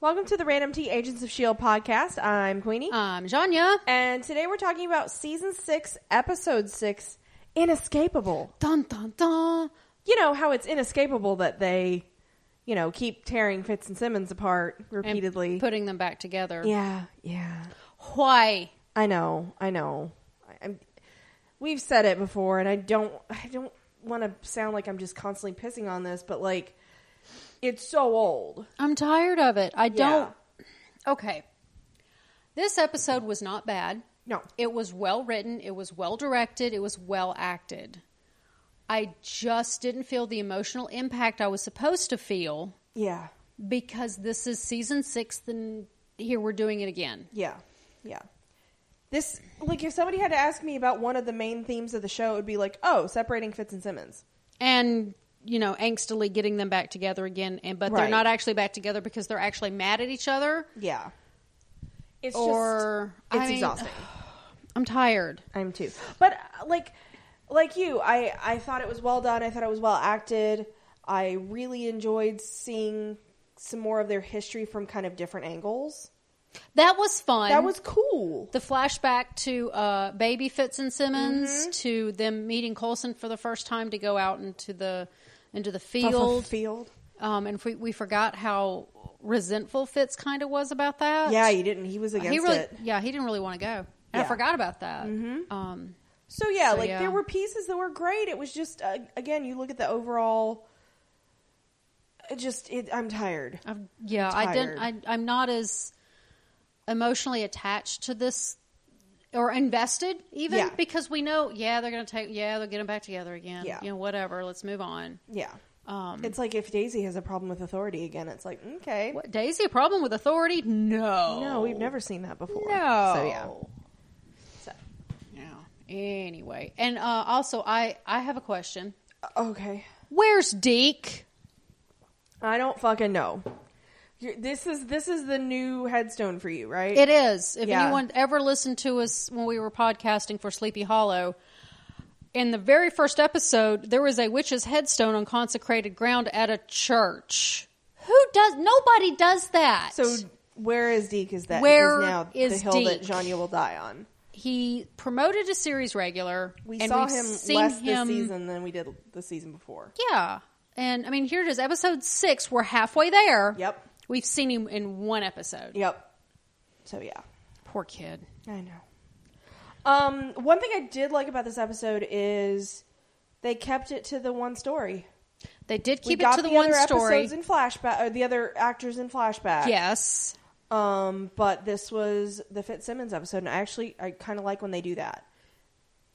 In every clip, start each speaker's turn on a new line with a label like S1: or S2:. S1: Welcome to the Random T Agents of S.H.I.E.L.D. E podcast. I'm Queenie.
S2: Um, Janya.
S1: and today we're talking about season six, episode six, Inescapable.
S2: Dun dun dun.
S1: You know how it's inescapable that they, you know, keep tearing Fitz and Simmons apart
S2: And
S1: repeatedly.
S2: putting them back together.
S1: yeah, yeah.
S2: Why?
S1: I know, I know. I, I'm, we've said it before, and I don't, I don't want to sound like I'm just constantly pissing on this, but like, it's so old.
S2: I'm tired of it. I don't. Okay. This episode was not bad.
S1: No.
S2: It was well written, it was well directed, it was well acted. I just didn't feel the emotional impact I was supposed to feel
S1: Yeah,
S2: because this is season six, and here we're doing it again.
S1: yeah, yeah. This, like, if somebody had to ask me about one of the main themes of the show, it would be like, oh, separating Fitz and Simmons.
S2: And, you know, angstily getting them back together again, and but
S1: Right.
S2: they're not actually back together because they're actually mad at each other.
S1: Yeah. It's
S2: or
S1: just, it's
S2: I mean,
S1: exhausting.
S2: I'm tired.
S1: I'm too. But uh, like like you, I I thought it was well done. I thought it was well acted. I really enjoyed seeing some more of their history from kind of different angles.
S2: That was fun.
S1: That was cool.
S2: the flashback to uh, baby Fitz and Simmons
S1: Mm-hmm.
S2: to them meeting Colson for the first time to go out into the into the field.
S1: field.
S2: Um, and we, we forgot how resentful Fitz kind of was about that.
S1: Yeah, you didn't. He was against
S2: he really
S1: it.
S2: yeah he didn't really want to go. And
S1: Yeah. Mm-hmm.
S2: I forgot about that. Um,
S1: So yeah,
S2: So,
S1: like
S2: yeah.
S1: there were pieces that were great. It was just uh, again, you look at the overall. it Just it, I'm tired.
S2: I've, yeah, I didn't. I,
S1: Tired.
S2: I'm not as emotionally attached to this or invested even
S1: Yeah.
S2: because we know yeah they're gonna take yeah they'll get them back together again
S1: Yeah.
S2: you know whatever let's move on
S1: Yeah,
S2: um
S1: it's like if Daisy has a problem with authority again, it's like okay,
S2: What, Daisy a problem with authority? No.
S1: no, we've never seen that before.
S2: No.
S1: so yeah, so,
S2: Yeah. Anyway, and uh, also I I have a question.
S1: uh, Okay.
S2: Where's Deke?
S1: I don't fucking know. You're, this is this is the new headstone for you, right?
S2: It is. If
S1: Yeah.
S2: anyone ever listened to us when we were podcasting for Sleepy Hollow, in the very first episode, there was a witch's headstone on consecrated ground at a church. Who does? Nobody does that.
S1: so where is Deke? Is that
S2: Where
S1: is now
S2: is
S1: the hill that
S2: Deke?
S1: Janya will die on?
S2: he promoted to series regular.
S1: We
S2: and
S1: saw
S2: we've
S1: him
S2: seen
S1: less
S2: him-
S1: this season than we did the season before.
S2: Yeah. And I mean, here it is, episode six. We're halfway there.
S1: Yep.
S2: We've seen him in one episode.
S1: Yep. So yeah,
S2: Poor kid.
S1: I know. Um, one thing I did like about this episode is they kept it to the one story.
S2: They did
S1: we
S2: keep it
S1: got
S2: to the,
S1: the
S2: one
S1: other
S2: story.
S1: episodes in flashback, or the other actors in flashback.
S2: yes.
S1: Um, but this was the Fitzsimmons episode, and I actually I kind of like when they do that.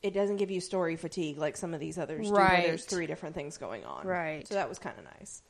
S1: It doesn't give you story fatigue like some of these others do, where
S2: Right.
S1: there's three different things going on.
S2: Right.
S1: So that was kind of nice.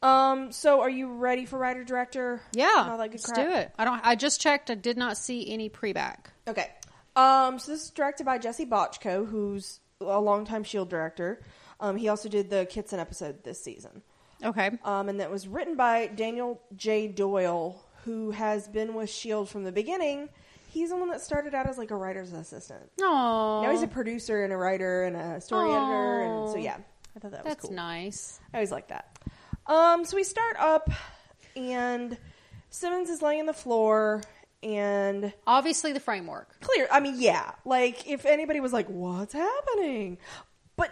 S1: Um, so are you ready for writer director?
S2: Yeah.
S1: And all that good
S2: let's
S1: crap?
S2: do it. I don't. I just checked. I did not see any pre-back.
S1: Okay. Um, so this is directed by Jesse Bochco, who's a longtime Shield E director. Um, he also did the Kitson episode this season.
S2: Okay.
S1: um, and that was written by Daniel J. Doyle, who has been with Shield E from the beginning. He's the one that started out as like a writer's assistant.
S2: Oh,
S1: Now he's a producer and a writer and a story
S2: Aw.
S1: editor, and so yeah, I thought that was
S2: that's
S1: cool.
S2: nice.
S1: I always like that. Um, so we start up, and Simmons is laying on the floor, and
S2: Obviously, the framework.
S1: clear. I mean, yeah. Like, if anybody was like, what's happening? But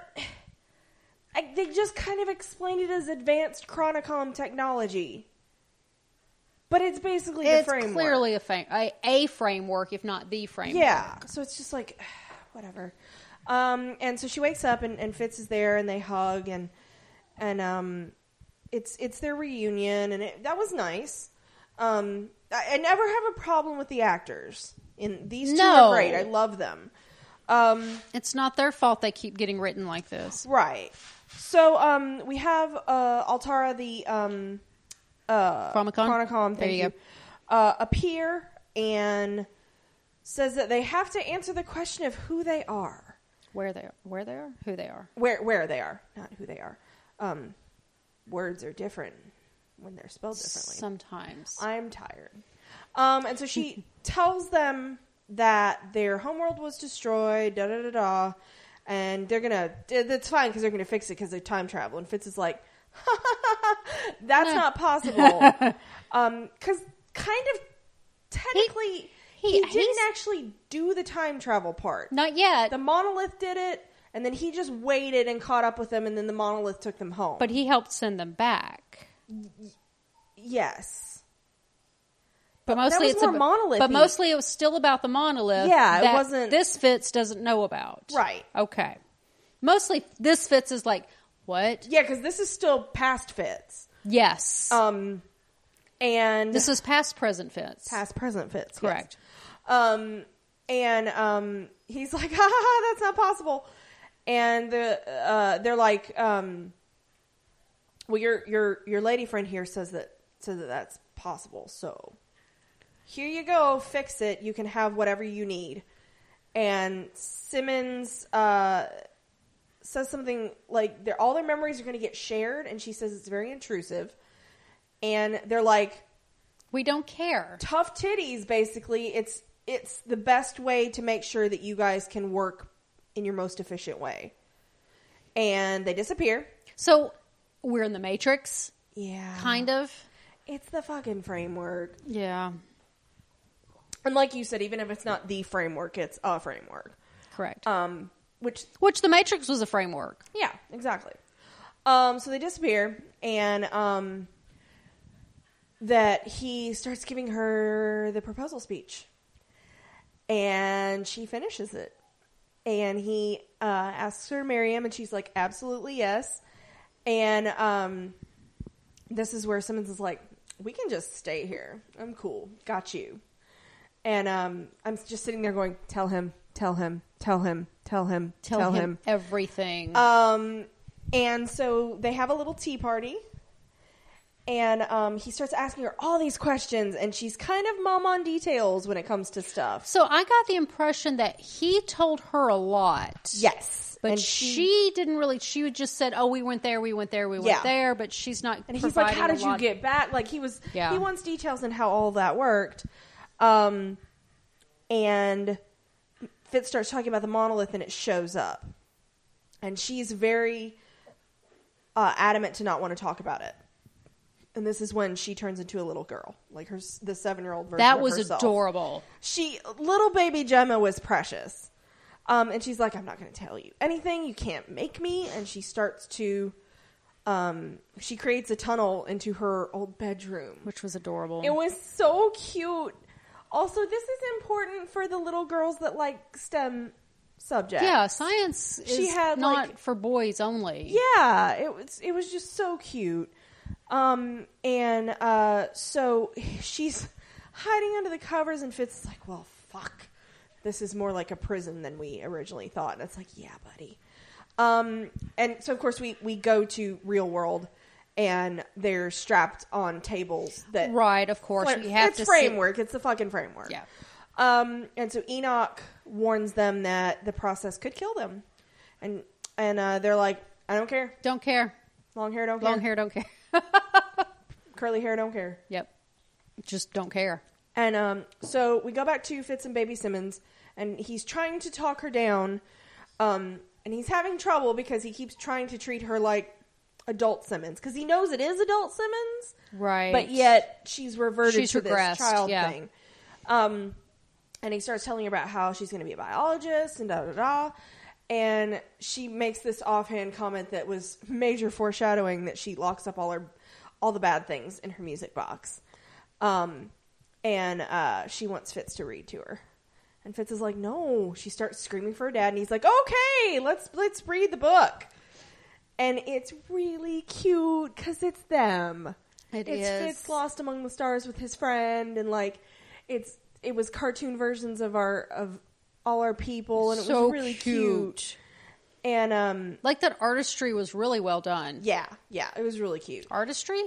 S1: I, they just kind of explained it as advanced chronicom technology. But it's basically
S2: It's
S1: the framework.
S2: clearly a, fa- a a framework, if not the framework.
S1: Yeah. So it's just like, whatever. Um, and so she wakes up and, and Fitz is there and they hug and, and, um, it's, it's their reunion and it, that was nice. Um, I, I never have a problem with the actors in these two
S2: No.
S1: are great. I love them. Um,
S2: It's not their fault they keep getting written like this.
S1: right. So, um, we have, uh, Altara, the, um, uh,
S2: Chronicon?
S1: Chronicon,
S2: There
S1: thank
S2: you
S1: you.
S2: go.
S1: Uh, appear and says that they have to answer the question of who they are.
S2: Where they are, where they are, who they are.
S1: where where they are, not who they are. Um, words are different when they're spelled differently.
S2: Sometimes.
S1: I'm tired. Um, and so she tells them that their homeworld was destroyed. Da da da da. And they're gonna. That's fine because they're gonna fix it because they're time travel. And Fitz is like, That's not possible. Because kind of technically,
S2: he-
S1: he,
S2: he's-
S1: didn't actually do the time travel part.
S2: Not yet.
S1: The monolith did it, and then he just waited and caught up with them, and then the monolith took them home.
S2: but he helped send them back.
S1: yes, But
S2: But
S1: that
S2: mostly
S1: was
S2: it's
S1: more
S2: ab-
S1: monolithy.
S2: But mostly it was still about the monolith.
S1: Yeah, it
S2: that
S1: wasn't-
S2: This Fitz doesn't know about.
S1: Right.
S2: Okay. Mostly this Fitz is like what?
S1: yeah, because this is still past fits.
S2: Yes.
S1: Um, and
S2: this is past present Fitz.
S1: past present fits yes.
S2: Correct.
S1: Um, and um, he's like, ha ha ha, that's not possible. And the uh, they're like, um, well, your your your lady friend here says that says that that's possible. So here you go, fix it. You can have whatever you need. And Simmons uh, says something like, "Their all their memories are going to get shared," and she says it's very intrusive. And they're like,
S2: We don't care.
S1: tough titties basically it's it's the best way to make sure that you guys can work in your most efficient way and they disappear
S2: So we're in the Matrix,
S1: yeah
S2: kind of.
S1: it's the fucking framework
S2: Yeah.
S1: and like you said even if it's not the framework it's a framework
S2: Correct.
S1: um which
S2: Which the Matrix was a framework.
S1: yeah exactly um so they disappear and um that he starts giving her the proposal speech and she finishes it and he uh, asks her to marry him and she's like absolutely yes and um, this is where simmons is like we can just stay here i'm cool got you and um, i'm just sitting there going tell him tell him tell him tell him
S2: Tell,
S1: tell,
S2: him,
S1: him.
S2: everything.
S1: Um, and so they have a little tea party, and um, he starts asking her all these questions, and she's kind of mom on details when it comes to stuff.
S2: so I got the impression that he told her a lot.
S1: Yes,
S2: But
S1: and
S2: she, didn't really. She would just said, "Oh, we went there, we went there, we went
S1: Yeah.
S2: there." But she's not.
S1: and he's like,
S2: providing
S1: "How
S2: a
S1: did you
S2: lot-
S1: get back?" Like he was,
S2: Yeah.
S1: he wants details on how all that worked. Um, and Fitz starts talking about the monolith, and it shows up, and she's very uh, adamant to not want to talk about it. And this is when she turns into a little girl, like her s- the seven year old version.
S2: That
S1: of
S2: was
S1: herself.
S2: adorable.
S1: She little baby Gemma was precious, um, and she's like, "I'm not going to tell you anything. You can't make me." And she starts to, um, she creates a tunnel into her old bedroom.
S2: Which was adorable.
S1: It was so cute. Also, this is important for the little girls that like STEM subjects.
S2: yeah, science is
S1: She had,
S2: not
S1: like-
S2: for boys only.
S1: Yeah, it was it was just so cute. Um and uh so she's hiding under the covers and Fitz is like, "Well, fuck. This is more like a prison than we originally thought." And it's like, "Yeah, buddy." Um and so of course we we go to real world and they're strapped on tables that
S2: Right, of course.
S1: Fla-
S2: we have
S1: it's
S2: to
S1: framework. It's the fucking framework.
S2: Yeah.
S1: Um, and so Enoch warns them that the process could kill them, and and uh, they're like, I don't care.
S2: See, don't care.
S1: Long hair, don't care.
S2: Long hair, don't care.
S1: Curly hair, don't care.
S2: yep. Just don't care.
S1: And um, so we go back to Fitz and Baby Simmons, and he's trying to talk her down, um, and he's having trouble because he keeps trying to treat her like adult Simmons because he knows it is adult Simmons,
S2: Right.
S1: But yet she's reverted
S2: She's
S1: to this
S2: regressed,
S1: child
S2: yeah.
S1: thing. Um, and he starts telling her about how she's going to be a biologist and da da da. And she makes this offhand comment that was major foreshadowing that she locks up all her all the bad things in her music box. Um, and uh, she wants Fitz to read to her. And Fitz is like, "No." She starts screaming for her dad, and he's like, "Okay, let's let's read the book." And it's really cute because it's them.
S2: It
S1: it's
S2: is.
S1: Fitz lost among the stars with his friend, and like, it's it was cartoon versions of our of all our people, and it
S2: So
S1: was really
S2: cute.
S1: cute. And um,
S2: Like that artistry was really well done.
S1: yeah, yeah, it was really cute.
S2: Artistry?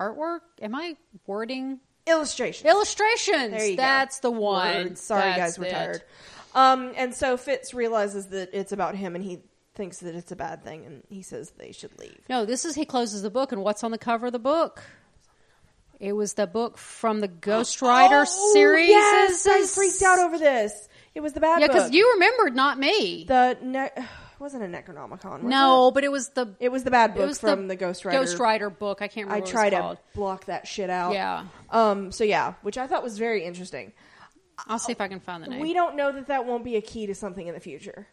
S2: Artwork? Am I wording?
S1: Illustration.
S2: Illustrations.
S1: There you go.
S2: That's the one.
S1: Word. Sorry,
S2: That's
S1: guys, we're
S2: it.
S1: tired. Um, and so Fitz realizes that it's about him, and he thinks that it's a bad thing, and he says they should leave.
S2: No, this is he closes the book, and what's on the cover of the book? It was the book from the Ghost Rider
S1: Oh,
S2: series.
S1: Yes, I freaked out over this. It was the bad
S2: Yeah,
S1: book.
S2: because you remembered, not me.
S1: the ne- wasn't a Necronomicon. was
S2: No, but it was the
S1: it? it was the bad
S2: it
S1: book
S2: was
S1: from the, Ghost Rider.
S2: Ghost Rider book. I can't
S1: I
S2: remember. what
S1: try
S2: it's
S1: to
S2: called.
S1: block that shit out.
S2: Yeah.
S1: Um. So yeah, which I thought was very interesting.
S2: I'll see if I can find the name.
S1: We don't know that that won't be a key to something in the future.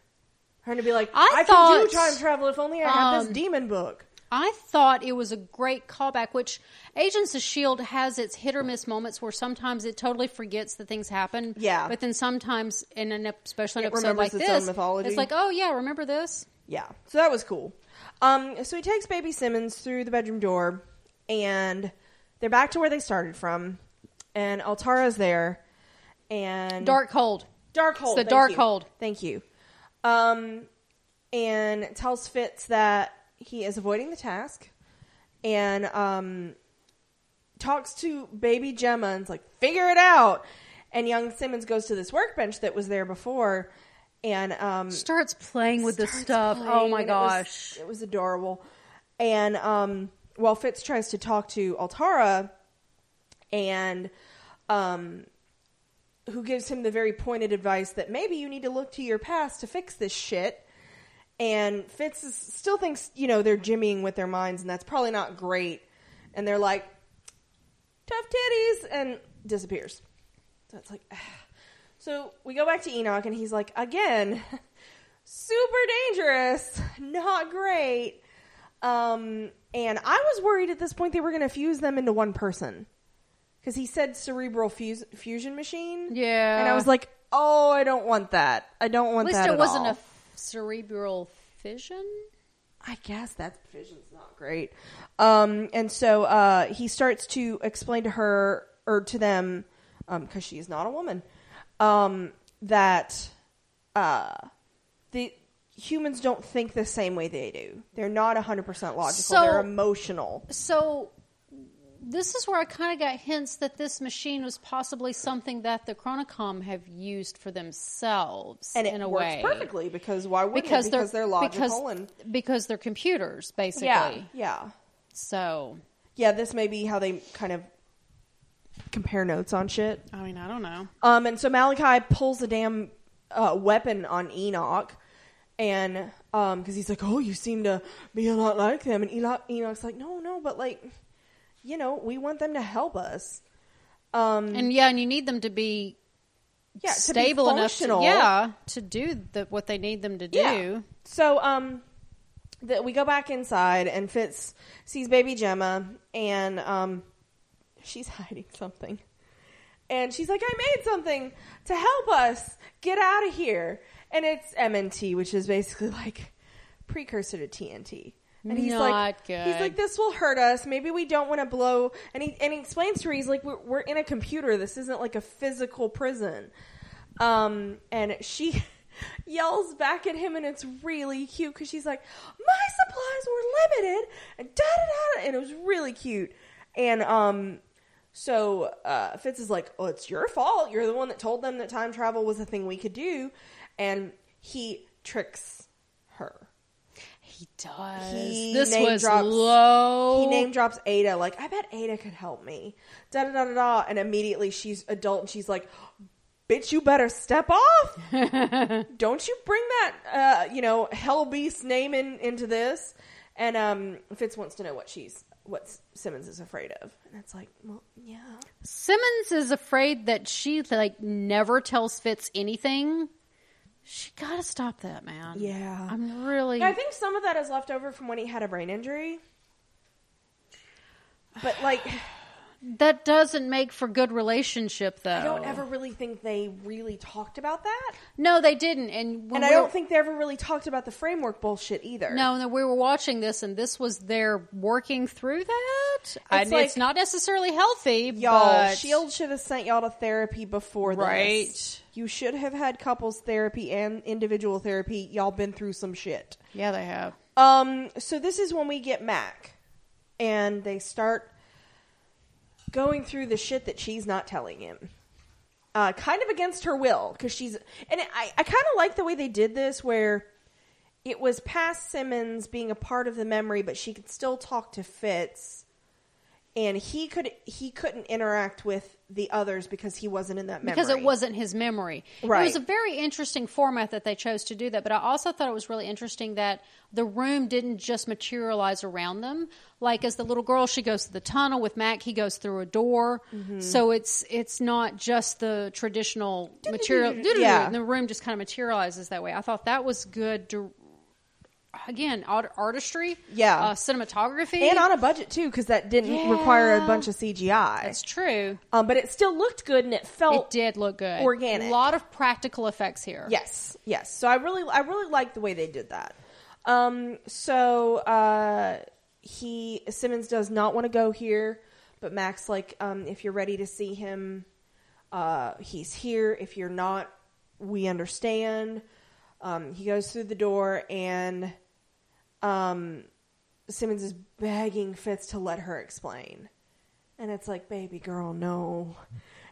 S1: Her to be like,
S2: I
S1: I, can
S2: thought-
S1: do time travel if only I had
S2: um,
S1: this demon book.
S2: I thought it was a great callback, which Agents of S.H.I.E.L.D. E has its hit or miss moments where sometimes it totally forgets that things happen.
S1: Yeah.
S2: But then sometimes, in an ep- especially an
S1: It
S2: episode
S1: remembers
S2: like
S1: its
S2: this,
S1: own mythology.
S2: it's like, oh, yeah, remember this?
S1: Yeah. So that was cool. Um, so he takes baby Simmons through the bedroom door and they're back to where they started from. And Altara's there and
S2: Dark Cold.
S1: dark hold.
S2: the
S1: thank
S2: dark
S1: you.
S2: hold.
S1: Thank you. Um, and tells Fitz that he is avoiding the task and, um, talks to baby Gemma and's like, figure it out. And young Simmons goes to this workbench that was there before and, um,
S2: Starts playing with this
S1: starts
S2: stuff. Oh
S1: playing,
S2: my
S1: and it was-
S2: gosh.
S1: It was, adorable. And um, while Fitz tries to talk to Altara, and um, who gives him the very pointed advice that maybe you need to look to your past to fix this shit. And Fitz is, still thinks, you know, they're jimmying with their minds, and that's probably not great. And they're like, tough titties, and disappears. So it's like, so we go back to Enoch, and he's like, again, super dangerous, not great. Um, and I was worried at this point they were going to fuse them into one person because he said cerebral fuse, fusion machine.
S2: Yeah.
S1: and I was like, oh, I don't want that. I don't want
S2: At least
S1: that.
S2: it wasn't
S1: all.
S2: a f- cerebral fission.
S1: I guess that vision's not great. Um, and so uh, he starts to explain to her or to them because she is not a woman um, that uh, the humans don't think the same way they do. They're not hundred percent logical.
S2: So-
S1: They're emotional.
S2: So. This is where I kind of got hints that this machine was possibly something that the Chronicom have used for themselves
S1: And it
S2: in a
S1: works
S2: way.
S1: perfectly because why wouldn't
S2: because
S1: it?
S2: they're
S1: Because they're, logical
S2: because,
S1: and
S2: because they're computers basically.
S1: yeah, yeah,
S2: So
S1: yeah. This may be how they kind of compare notes on shit.
S2: I mean, I don't know.
S1: Um, and so Malachi pulls a damn uh, weapon on Enoch, and because he's like, "Oh, you seem to be a lot like them," and Enoch, Enoch's like, "No, no, but like, you know, we want them to help us." Um,
S2: And yeah, and you need them to be
S1: yeah, to be
S2: stable enough, to,
S1: functional.
S2: yeah, to do the, what they need them to do.
S1: Yeah. So um, the, we go back inside, and Fitz sees baby Gemma, and um, she's hiding something. And she's like, I made something to help us get out of here. And it's MNT, which is basically like precursor to TNT. And he's like,
S2: Not good.
S1: he's like, this will hurt us. Maybe we don't want to blow. And he and he explains to her, he's like, we're, we're in a computer. This isn't like a physical prison. Um, and she yells back at him, and it's really cute because she's like, my supplies were limited, and da da da, and it was really cute. And um, so uh, Fitz is like, "Oh, it's your fault. You're the one that told them that time travel was a thing we could do," and he tricks her.
S2: He does.
S1: He
S2: this
S1: name
S2: was
S1: drops-
S2: low.
S1: He name drops Ada, like, "I bet Ada could help me." Da da da da da, and immediately she's adult and she's like, "Bitch, you better step off. Don't you bring that, uh, you know, hell beast name in, into this." And um, Fitz wants to know what she's what Simmons is afraid of, and it's like, well, yeah.
S2: Simmons is afraid that she like never tells Fitz anything. She got to stop that, man.
S1: Yeah.
S2: I'm really.
S1: I think some of that is left over from when he had a brain injury. But like,
S2: that doesn't make for good relationship, though.
S1: I don't ever really think they really talked about that,
S2: No, they didn't. And when
S1: and I
S2: we're-
S1: don't think they ever really talked about the framework bullshit either.
S2: No, no, we were watching this, and this was their working through that. and
S1: like-
S2: it's not necessarily healthy,
S1: y'all,
S2: but
S1: Shield E should have sent y'all to therapy before this.
S2: Right.
S1: You should have had couples therapy and individual therapy. Y'all been through some shit.
S2: Yeah, they have.
S1: Um, so this is when we get Mac, and they start going through the shit that she's not telling him. Uh, kind of against her will, because she's. And I, I kind of like the way they did this, where it was past Simmons being a part of the memory, but she could still talk to Fitz and he could he couldn't interact with the others because he wasn't in that memory.
S2: because it wasn't his memory. It was
S1: Right.
S2: a very interesting format that they chose to do that, but I also thought it was really interesting that the room didn't just materialize around them. Like as the little girl, she goes to the tunnel with Mac, he goes through a door.
S1: Mm-hmm.
S2: So it's it's not just the traditional material.
S1: Yeah.
S2: And the room just kind of materializes that way. I thought that was good. dir- Again, art- artistry,
S1: Yeah.
S2: uh, cinematography,
S1: and on a budget too because that didn't require a
S2: Yeah.
S1: bunch of CGI.
S2: that's true.
S1: Um, but it still looked good and it felt
S2: It did look good.
S1: organic.
S2: A lot of practical effects here.
S1: Yes, yes. So I really, I really like the way they did that. Um, so uh, he Simmons does not want to go here, but Max like, um, if you're ready to see him, uh, he's here. If you're not, we understand. Um, he goes through the door and um, Simmons is begging Fitz to let her explain. And it's like, baby girl, no.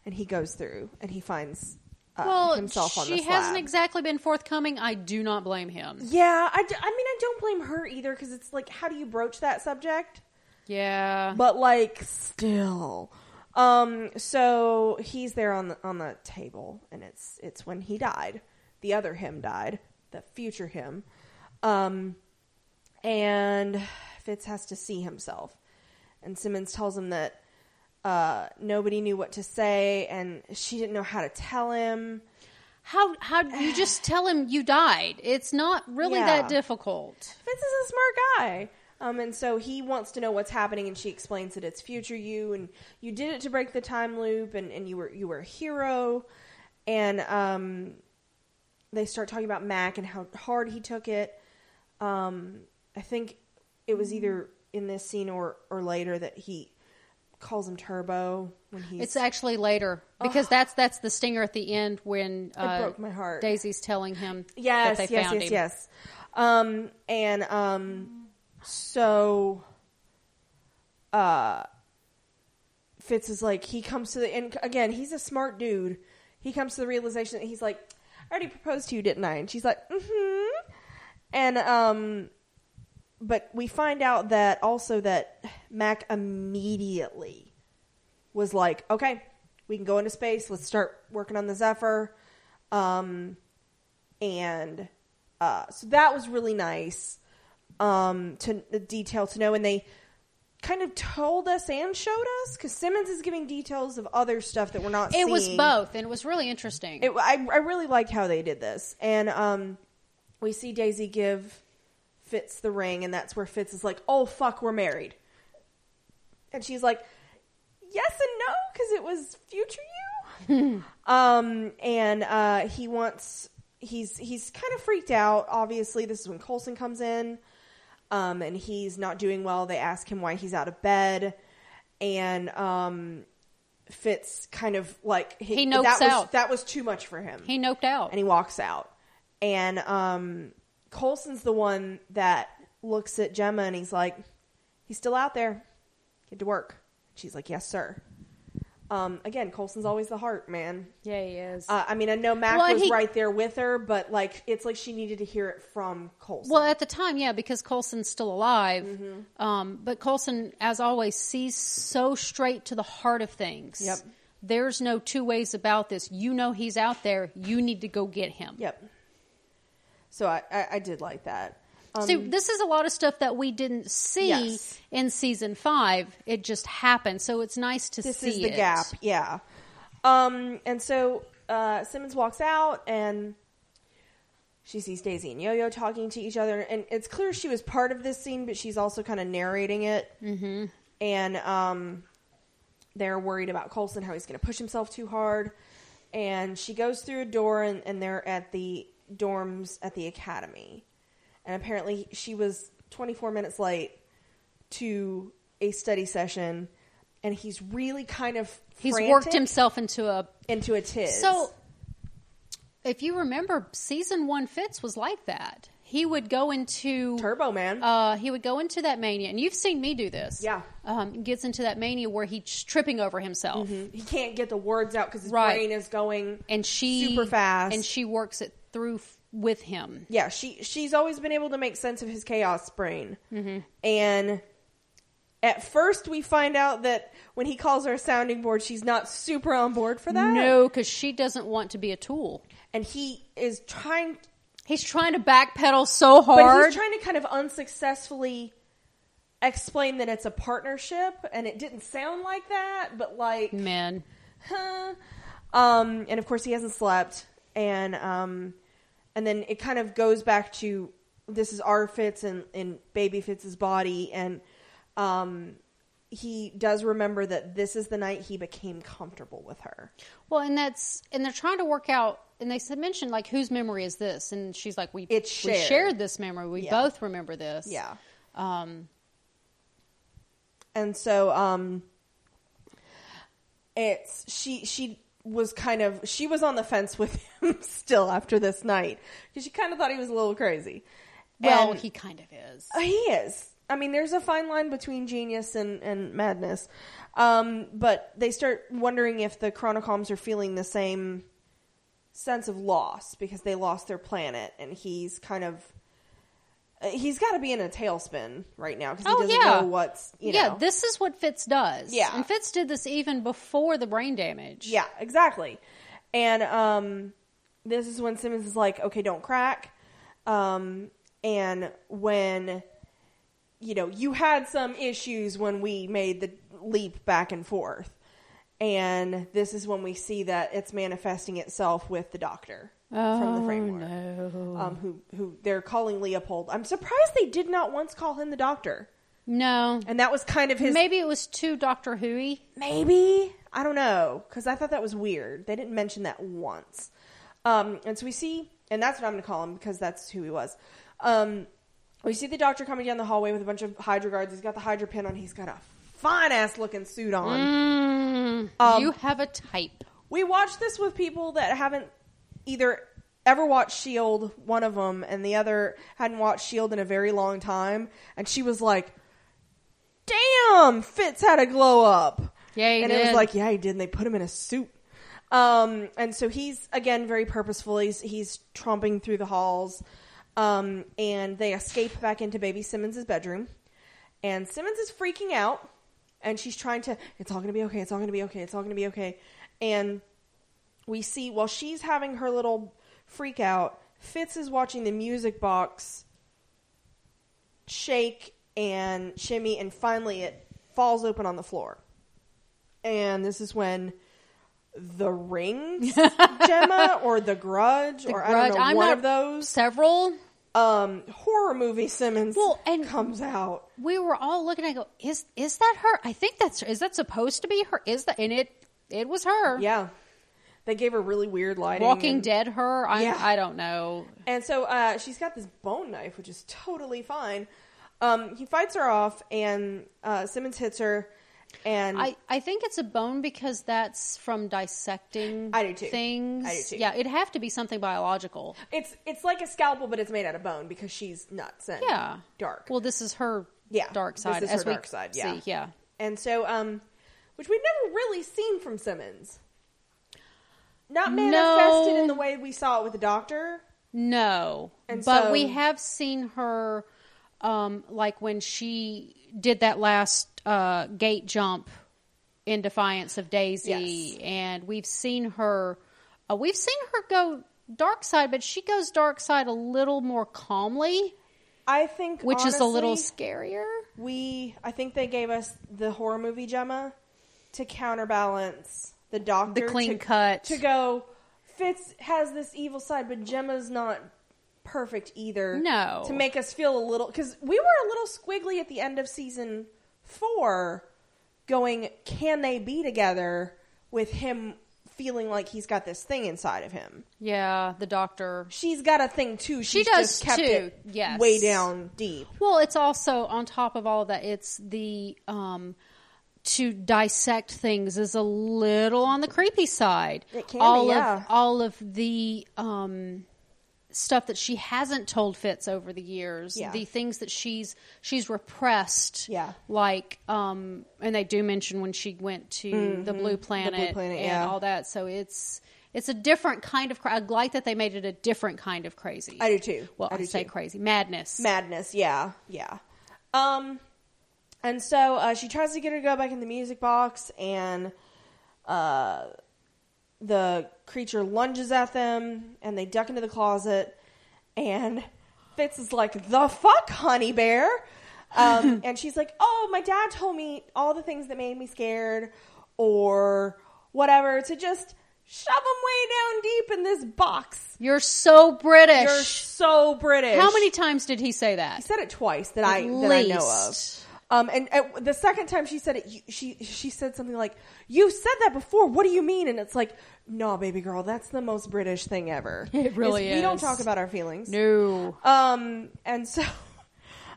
S1: And he goes through and he finds uh, himself on the
S2: she
S1: slab.
S2: hasn't exactly been forthcoming. I do not blame him.
S1: yeah, I, d- I mean, I don't blame her either because it's like, how do you broach that subject?
S2: Yeah.
S1: But like, still. Um, so he's there on the, on the table and it's, it's when he died. The other him died. The future him. Um, and Fitz has to see himself. And Simmons tells him that uh, nobody knew what to say, and she didn't know how to tell him.
S2: How how you just tell him you died. It's not really
S1: Yeah.
S2: that difficult.
S1: Fitz is a smart guy. Um, and so he wants to know what's happening, and she explains that it's future you, and you did it to break the time loop, and, and you were you were a hero, and um, they start talking about Mac and how hard he took it. Um, I think it was either in this scene or or later that he calls him Turbo when he's
S2: It's actually later because that's that's the stinger at the end when
S1: It
S2: uh,
S1: broke my heart.
S2: Daisy's telling him
S1: Yes,
S2: that they
S1: yes,
S2: found
S1: yes,
S2: him.
S1: yes. Um, and um, so, uh, Fitz is like he comes to the and again he's a smart dude. He comes to the realization that he's like, I already proposed to you, didn't I? And she's like, mm-hmm. And um, but we find out that also that Mac immediately was like, okay, we can go into space. Let's start working on the Zephyr. Um, and uh, so that was really nice um, to the detail to know. And they kind of told us and showed us because Simmons is giving details of other stuff that we're not.
S2: It was
S1: seeing.
S2: both, and it was really interesting.
S1: It, I, I really liked how they did this. And um, we see Daisy give Fitz the ring, and that's where Fitz is like, oh, fuck, we're married. And she's like, yes and no, because it was future you. um, and uh, he wants, he's, he's kind of freaked out. Obviously, this is when Colson comes in, um, and he's not doing well. They ask him why he's out of bed. And um, Fitz kind of like
S2: He
S1: that
S2: nopes
S1: was,
S2: out.
S1: That was too much for him
S2: he noped out.
S1: and he walks out. And um, Colson's the one that looks at Gemma and he's like, "He's still out there. Get to work." She's like, "Yes, sir." Um, again, Colson's always the heart man.
S2: yeah, he is.
S1: Uh, I mean, I know Mac
S2: Well, and
S1: was
S2: he-
S1: right there with her, but like, it's like she needed to hear it from Colson.
S2: Well, at the time, yeah, because Colson's still alive.
S1: Mm-hmm.
S2: Um, but Colson, as always, sees so straight to the heart of things.
S1: Yep.
S2: There's no two ways about this. You know he's out there. You need to go get him.
S1: Yep. So I, I, I did like that. Um,
S2: See, this is a lot of stuff that we didn't see
S1: Yes.
S2: in season five. It just happened, so it's nice to
S1: this
S2: see
S1: is the
S2: it.
S1: gap yeah um and so uh simmons walks out and she sees daisy and yo-yo talking to each other and it's clear she was part of this scene but she's also kind of narrating it mm-hmm. and um they're worried about colson how he's going to push himself too hard and she goes through a door and, and they're at the dorms at the academy and apparently she was 24 minutes late to a study session and he's really kind of
S2: He's
S1: frantic
S2: worked himself into a.
S1: into a tiz
S2: So, if you remember, season one Fitz was like that. He would go into
S1: turbo man
S2: Uh, he would go into that mania, and you've seen me do this.
S1: Yeah.
S2: um, gets into that mania where he's tripping over himself,
S1: he can't get the words out because his
S2: Right.
S1: brain is going
S2: and she
S1: super fast
S2: and she works it through f- with him.
S1: yeah she she's always been able to make sense of his chaos brain and At first, we find out that when he calls her a sounding board, she's not super on board for that.
S2: No, because she doesn't want to be a tool.
S1: and he is trying,
S2: He's trying to backpedal so
S1: but
S2: hard.
S1: he's trying to kind of unsuccessfully explain that it's a partnership, and it didn't sound like that, but like,
S2: Man,
S1: huh. um, and of course, he hasn't slept, and um, and then it kind of goes back to this is our Fitz and and baby Fitz's body, and um. He does remember that this is the night he became comfortable with her.
S2: well, and that's and they're trying to work out. And they said mentioned like whose memory is this? And she's like, we
S1: It's
S2: we
S1: shared.
S2: shared this memory. We
S1: Yeah.
S2: both remember this.
S1: Yeah.
S2: Um.
S1: and so um it's she she was kind of she was on the fence with him still after this night because she kind of thought he was a little crazy
S2: Well,
S1: And-
S2: he kind of is.
S1: Uh, he is i mean there's a fine line between genius and and madness um but they start wondering if the chronocoms are feeling the same sense of loss because they lost their planet and he's kind of uh, he's got to be in a tailspin right now because he
S2: Oh,
S1: doesn't
S2: yeah.
S1: know what's you
S2: yeah,
S1: know
S2: this is what Fitz does.
S1: Yeah.
S2: and Fitz did this even before the brain damage.
S1: Yeah, exactly. And um, this is when Simmons is like, okay, don't crack. Um, and when, you know, you had some issues when we made the leap back and forth. And this is when we see that it's manifesting itself with the doctor from the framework.
S2: No.
S1: Um, who who they're calling Leopold? I'm surprised they did not once call him the doctor,
S2: No.
S1: and that was kind of his
S2: Maybe it was too Doctor Whoey.
S1: Maybe. I don't know. Because I thought that was weird. They didn't mention that once. Um, and so we see, and that's what I'm going to call him because that's who he was. Um, we see the doctor coming down the hallway with a bunch of Hydra guards. He's got the Hydra pin on. He's got a fine ass looking suit on.
S2: Mm,
S1: Um,
S2: you have a type.
S1: We watched this with people that haven't either ever watched Shield, E one of them, and the other hadn't watched Shield E in a very long time, and she was like, "Damn, Fitz had a glow up."
S2: Yeah, he
S1: and it
S2: did.
S1: was like, "Yeah, he did." And they put him in a suit. Um, and so he's again very purposeful. He's he's tromping through the halls, um, and they escape back into Baby Simmons's bedroom. And Simmons is freaking out, and she's trying to. It's all gonna be okay. It's all gonna be okay. It's all gonna be okay. And we see while she's having her little freak out, Fitz is watching the music box shake and shimmy, and finally it falls open on the floor. And this is when the rings, Gemma, or the grudge, or I don't know,
S2: I'm
S1: one
S2: not-
S1: of those
S2: Several.
S1: um, horror movie Simmons
S2: Well, and-
S1: comes out.
S2: We were all looking. I go, is is that her? I think that's. Is that supposed to be her? Is that? And it it was her.
S1: Yeah. They gave her really weird lighting.
S2: Walking
S1: and-
S2: Dead. Her. I
S1: Yeah.
S2: I don't know.
S1: And so uh, she's got this bone knife, which is totally fine. Um, he fights her off, and uh, Simmons hits her. And
S2: I, I think it's a bone because that's from dissecting
S1: I do too.
S2: things.
S1: I do too.
S2: Yeah, it'd have to be something biological.
S1: it's it's like a scalpel, but it's made out of bone because she's nuts and
S2: Yeah.
S1: dark.
S2: Well, this is her
S1: Yeah,
S2: dark
S1: this
S2: side.
S1: is her
S2: as we
S1: dark side, yeah.
S2: See, yeah.
S1: and so, um, which we've never really seen from Simmons. Not
S2: No.
S1: manifested in the way we saw it with the doctor.
S2: No.
S1: And
S2: but
S1: so-
S2: we have seen her um like when she did that last uh gate jump in defiance of Daisy
S1: Yes.
S2: and we've seen her uh, we've seen her go dark side but she goes dark side a little more calmly
S1: I think,
S2: which is a little
S1: honestly,
S2: scarier.
S1: we I think they gave us the horror movie Gemma to counterbalance the doctor
S2: The clean
S1: to,
S2: cut.
S1: to go Fitz has this evil side but Gemma's not perfect either
S2: No.
S1: to make us feel a little cuz we were a little squiggly at the end of season 4 going can they be together with him feeling like he's got this thing inside of him
S2: Yeah, the doctor.
S1: she's got a thing too
S2: She
S1: She's
S2: does
S1: just kept
S2: too,
S1: it
S2: yes.
S1: way down deep
S2: Well, it's also on top of all of that. It's the um, to dissect things is a little on the creepy side.
S1: It can be,
S2: all
S1: yeah.
S2: of all of the um, stuff that she hasn't told Fitz over the years.
S1: Yeah.
S2: The things that she's she's repressed.
S1: Yeah.
S2: Like um, and they do mention when she went to the Blue Planet,
S1: Mm-hmm. Planet,
S2: and
S1: yeah.
S2: all that. So it's. It's a different kind of. Cra- I like that they made it a different kind of crazy.
S1: I do too.
S2: Well,
S1: I
S2: I,
S1: do
S2: say
S1: too.
S2: crazy madness.
S1: madness yeah yeah um And so uh, she tries to get her to go back in the music box, and uh, the creature lunges at them, and they duck into the closet. And Fitz is like, "The fuck, honey bear!" Um, and she's like, "Oh, my dad told me all the things that made me scared, or whatever, to just shove them way down deep in this box."
S2: You're so British.
S1: You're so British.
S2: How many times did he say that?
S1: He said it twice that I that I know of.
S2: least.
S1: Um, and at, the second time she said it, you- she she said something like, "You said that before. What do you mean?" And it's like, "No, baby girl, that's the most British thing ever.
S2: It really
S1: We don't
S2: is.
S1: talk about our feelings.
S2: No.
S1: Um, and so,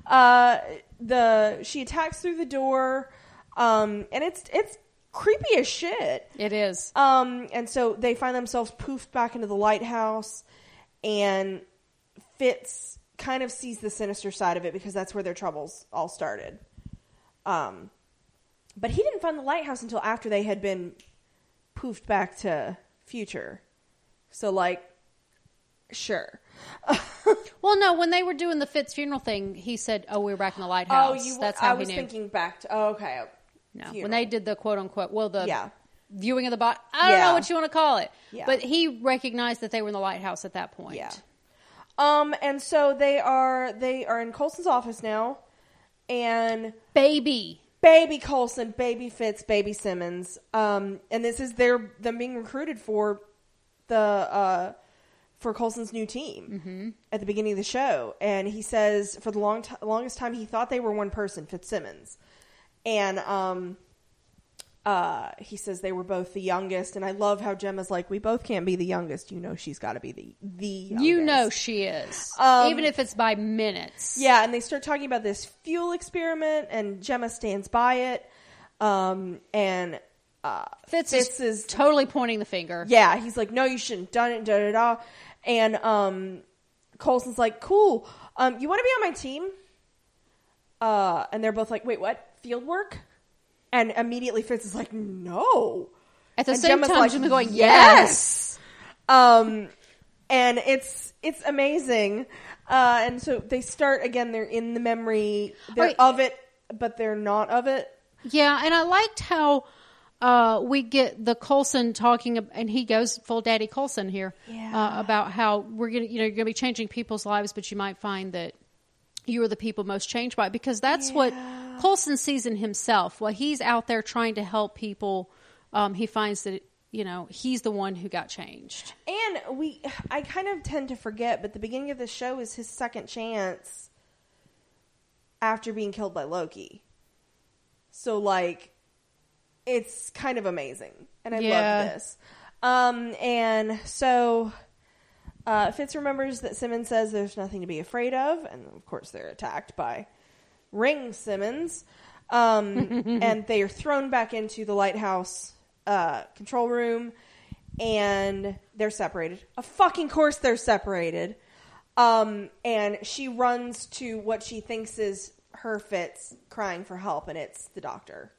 S1: uh, the she attacks through the door, um, and it's it's creepy as shit.
S2: It is.
S1: Um, and so they find themselves poofed back into the lighthouse, and Fitz kind of sees the sinister side of it because that's where their troubles all started. Um, but he didn't find the lighthouse until after they had been poofed back to future. So, like, sure.
S2: Well, no, when they were doing the Fitz funeral thing, he said, "Oh, we were back in the
S1: Oh,
S2: lighthouse."
S1: you.
S2: That's
S1: I
S2: how he
S1: was
S2: knew.
S1: thinking back to. Oh, okay.
S2: no,
S1: Funeral.
S2: when they did the quote unquote, well, the
S1: Yeah.
S2: viewing of the bot. I don't
S1: Yeah.
S2: know what you want to call it,
S1: Yeah.
S2: but he recognized that they were in the lighthouse at that point.
S1: Yeah. Um, and so they are they are in Colson's office now, and
S2: baby.
S1: baby Colson, baby Fitz, baby Simmons. Um, and this is their them being recruited for the uh, for Colson's new team
S2: Mm-hmm.
S1: at the beginning of the show. And he says for the long t- longest time he thought they were one person, Fitzsimmons, and um. Uh, he says they were both the youngest, and I love how Gemma's like, "We both can't be the youngest. You know, she's got to be the the youngest.
S2: You know she is, even if it's by minutes.
S1: Um, Yeah, and they start talking about this fuel experiment, and Gemma stands by it. Um, and uh,
S2: Fitz,
S1: Fitz
S2: is,
S1: is-
S2: totally pointing the finger.
S1: yeah, he's like, no, you shouldn't done it, da da da. And um, Colson's like, cool. Um, you want to be on my team? Uh, and they're both like, wait, what? Field work? And immediately Fitz is like, no.
S2: At the
S1: And
S2: same
S1: Gemma's
S2: time,
S1: like,
S2: Jim is going,
S1: "Yes!" Um, and it's it's amazing. Uh, and so they start again. They're in the memory. They're
S2: Wait.
S1: of it, but they're not of it.
S2: yes, yeah." And I liked how uh, we get the Colson talking, ab- and he goes full Daddy Colson here
S1: Yeah.
S2: uh, about how we're gonna, you know, you're gonna be changing people's lives, but you might find that you are the people most changed by it because that's what Colson sees in himself. While he's out there trying to help people, um, he finds that you know he's the one who got changed.
S1: And we, I kind of tend to forget, but the beginning of the show is his second chance after being killed by Loki. So like, it's kind of amazing, and I
S2: Yeah.
S1: love this. Um, and so uh, Fitz remembers that Simmons says there's nothing to be afraid of, and of course they're attacked by Ring Simmons, um, and they are thrown back into the lighthouse uh, control room, and they're separated. A fucking course they're separated. Um, and she runs to what she thinks is her Fitz crying for help, and it's the doctor.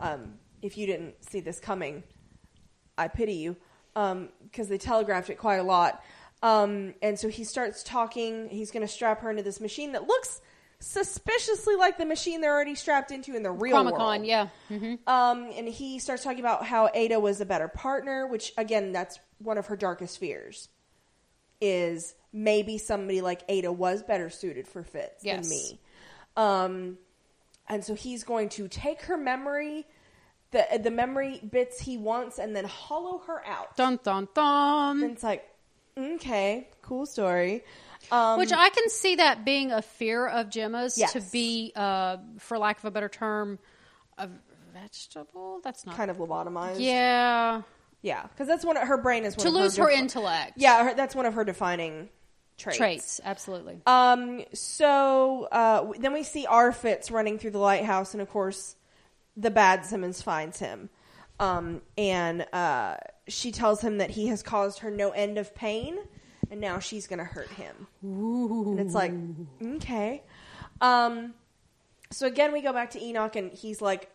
S1: Um, if you didn't see this coming, I pity you because they telegraphed it quite a lot. Um, and so he starts talking. He's going to strap her into this machine that looks suspiciously like the machine they're already strapped into in the real
S2: Comic Con,
S1: world.
S2: yeah.
S1: Um, and he starts talking about how Ada was a better partner, which again, that's one of her darkest fears. Is maybe somebody like Ada was better suited for Fitz
S2: Yes.
S1: than me. Um, and so he's going to take her memory, the the memory bits he wants, and then hollow her out.
S2: Dun dun dun.
S1: And it's like, okay, cool story. Um,
S2: Which I can see that being a fear of Gemma's
S1: Yes.
S2: to be, uh, for lack of a better term, a vegetable. That's not.
S1: kind of lobotomized.
S2: yeah.
S1: yeah, because that's one. Of, her brain is one
S2: To
S1: of
S2: lose her
S1: defi-
S2: intellect.
S1: Yeah, her, that's one of her defining traits.
S2: Traits. Absolutely.
S1: Um, so uh, w- then we see our Fitz running through the lighthouse, and of course, the bad Simmons finds him. Um, and uh, she tells him that he has caused her no end of pain, and now she's going to hurt him. And it's like, okay. Um, so again, we go back to Enoch, and he's like,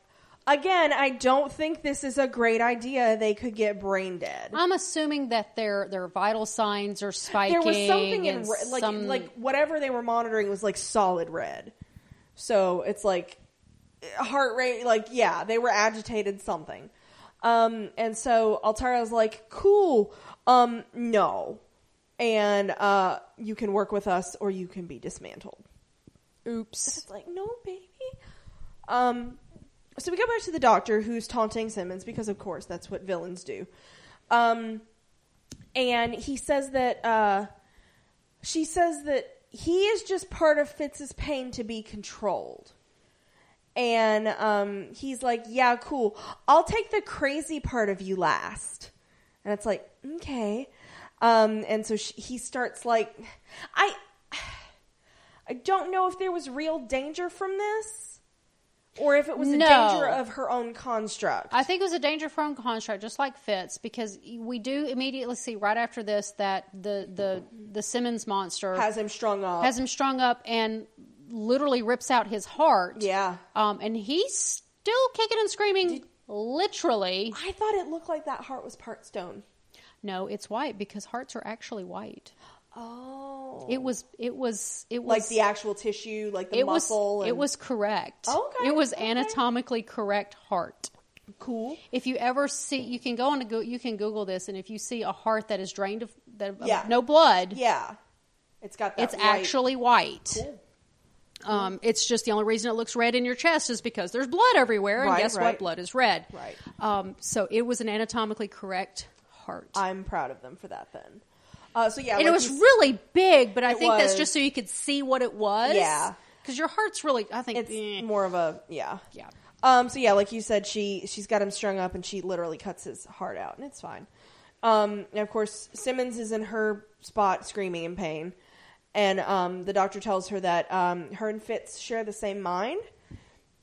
S1: again, I don't think this is a great idea. They could get brain dead.
S2: I'm assuming that their their vital signs are spiking.
S1: Um, There was something in
S2: and
S1: re- like
S2: some-
S1: like whatever they were monitoring was like solid red. So it's like heart rate, like, yeah, they were agitated something. Um, and so Altara's like, cool, um, no. And uh, you can work with us or you can be dismantled.
S2: Oops.
S1: It's like, no, baby. Um, so we go back to the doctor who's taunting Simmons because, of course, that's what villains do. Um, and he says that uh, she says that he is just part of Fitz's pain to be controlled. And um, he's like, yeah, cool. I'll take the crazy part of you last. And it's like, okay. Um, and so she, he starts like, I, I don't know if there was real danger from this, or if it was
S2: No.
S1: a danger of her own construct.
S2: I think it was a danger prone contract, just like Fitz, because we do immediately see right after this that the the the Simmons monster
S1: has him strung up.
S2: has him strung up and literally rips out his heart.
S1: Yeah.
S2: Um, and he's still kicking and screaming. literally.
S1: I thought it looked like that heart was part stone.
S2: No, it's white because hearts are actually white.
S1: Oh,
S2: It was. It was. It was
S1: like the actual tissue, like the
S2: it was.
S1: muscle. and- Oh,
S2: It was correct.
S1: Okay,
S2: It was
S1: okay.
S2: anatomically correct heart.
S1: cool.
S2: If you ever see, you can go on to go. You can Google this, and if you see a heart that is drained of, that, of
S1: Yeah.
S2: no blood,
S1: Yeah, it's got that.
S2: it's
S1: white-
S2: actually white.
S1: Cool.
S2: Um, it's just the only reason it looks red in your chest is because there's blood everywhere, and
S1: Right,
S2: guess what?
S1: right.
S2: Blood is red.
S1: Right.
S2: Um, so it was an anatomically correct heart,
S1: I'm proud of them for that. Then, uh, so yeah,
S2: and it
S1: like
S2: was
S1: you s-
S2: really big. But I
S1: It
S2: think that's
S1: was.
S2: just so you could see what it was.
S1: Yeah.
S2: Because your heart's really, I think,
S1: it's
S2: eh.
S1: more of a yeah,
S2: Yeah.
S1: Um, so yeah, like you said, she she's got him strung up, and she literally cuts his heart out, and it's fine. Um, and of course, Simmons is in her spot, screaming in pain, and um, the doctor tells her that um, her and Fitz share the same mind,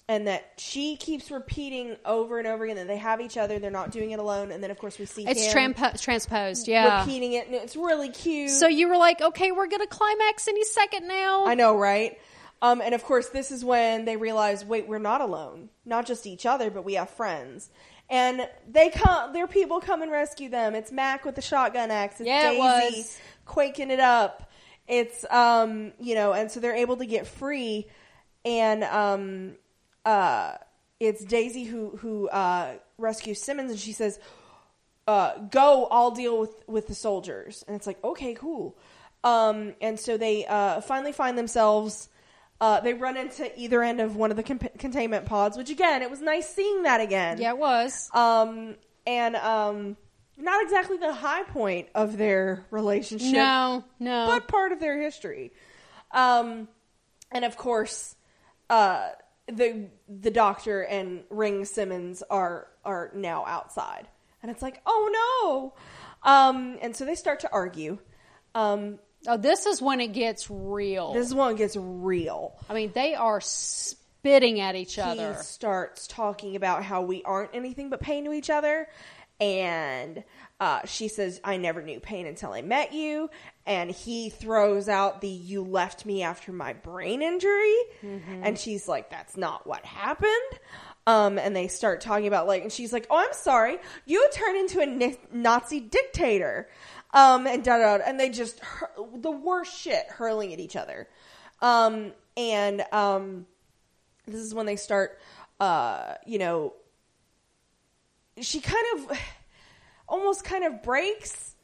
S1: and that she keeps repeating over and over again that they have each other, they're not doing it alone. And then, of course, we see
S2: It's
S1: him
S2: trampo- transposed. Yeah.
S1: repeating it, and it's really cute.
S2: So you were like, okay, we're gonna climax any second now.
S1: I know, right? Um, and of course, this is when they realize, wait, we're not alone. Not just each other, but we have friends. And they come, their people come and rescue them. It's Mac with the shotgun axe. It's
S2: Yeah, it
S1: Daisy
S2: was.
S1: quaking it up. It's um, you know, and so they're able to get free. And um, uh, it's Daisy who who uh, rescues Simmons, and she says, uh, go, I'll deal with, with the soldiers. And it's like, okay, cool. Um, and so they uh, finally find themselves. Uh, they run into either end of one of the con- containment pods, which again, it was nice seeing that again.
S2: yeah, it was.
S1: Um, and um, not exactly the high point of their relationship,
S2: No, no.
S1: but part of their history. Um, and of course, uh, the the doctor and Ring Simmons are are now outside, and it's like, oh no. Um, and so they start to argue. Um,
S2: oh, this is when it gets real.
S1: this is when it gets real.
S2: I mean, they are spitting at each other.
S1: He starts talking about how we aren't anything but pain to each other. And uh, she says, I never knew pain until I met you. And he throws out the, you left me after my brain injury.
S2: Mm-hmm.
S1: And she's like, that's not what happened. Um, and they start talking about, like, and she's like, oh, I'm sorry. You turned into a Ni- Nazi dictator. Um, and da da da. And they just, hur- the worst shit hurling at each other. Um, and, um, this is when they start uh you know she kind of almost kind of breaks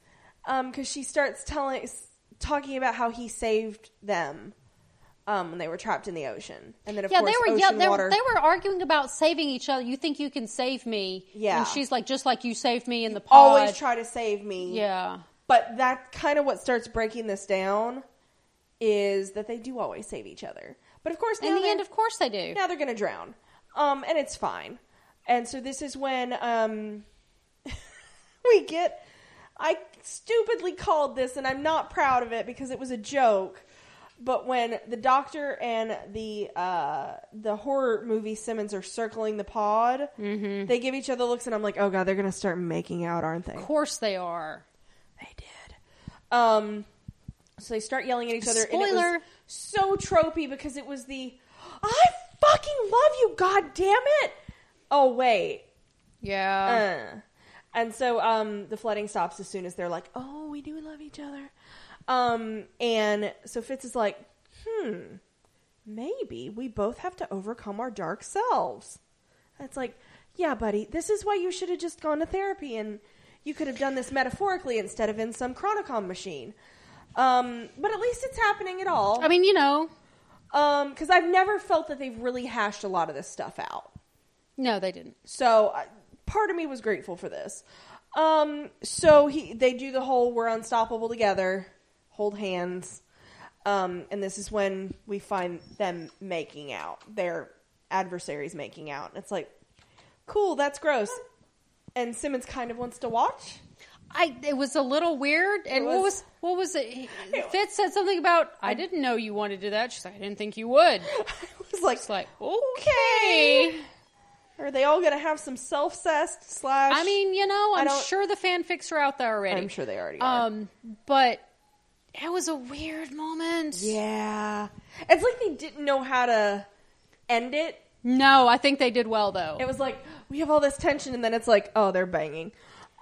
S1: um because she starts telling s- talking about how he saved them um when they were trapped in the ocean and then of
S2: Yeah,
S1: course
S2: they were.
S1: ocean
S2: Yeah, they,
S1: water
S2: were- they were arguing about saving each other. You think you can save me?
S1: Yeah.
S2: And she's like, just like you saved me in the pod.
S1: always try to save me
S2: Yeah.
S1: but that kind of what starts breaking this down is that they do always save each other but of course now
S2: In the
S1: they're-
S2: end, of course they do.
S1: now they're gonna drown um and it's fine and so this is when um we get i stupidly called this and i'm not proud of it because it was a joke but when the doctor and the uh, the horror movie Simmons are circling the pod, they give each other looks, and I'm like, "Oh god, they're gonna start making out, aren't they?"
S2: Of course they are.
S1: They did. Um, so they start yelling at each other. And it
S2: Spoiler.
S1: was so tropey because it was the I fucking love you, god damn it. Oh wait.
S2: Yeah.
S1: Uh. And so um, the flooding stops as soon as they're like, "Oh, we do love each other," um, and so Fitz is like, "Hmm, maybe we both have to overcome our dark selves. And It's like, yeah, buddy, this is why you should have just gone to therapy and you could have done this metaphorically instead of in some chronocom machine. Um, but at least it's happening at all.
S2: I mean, you know,
S1: Um, because I've never felt that they've really hashed a lot of this stuff out.
S2: no, they didn't.
S1: So I part of me was grateful for this. Um, so he they do the whole we're unstoppable together, hold hands. Um, and this is when we find them making out, their adversaries making out. And it's like, cool, that's gross. And Simmons kind of wants to watch.
S2: I it was a little weird. And what
S1: was-
S2: was what was it? He- Fitz said something about I didn't know you wanted to do that. She's like, I didn't think you would.
S1: I was like,
S2: It's like okay.
S1: are they all going to have some self cessed slash?
S2: I mean, you know,
S1: I
S2: I'm
S1: don't-
S2: sure the fanfics are out there already.
S1: I'm sure they already are.
S2: Um, but it was a weird moment.
S1: Yeah. It's like they didn't know how to end it.
S2: No, I think they did well though.
S1: It was like, we have all this tension, and then it's like, oh, they're banging.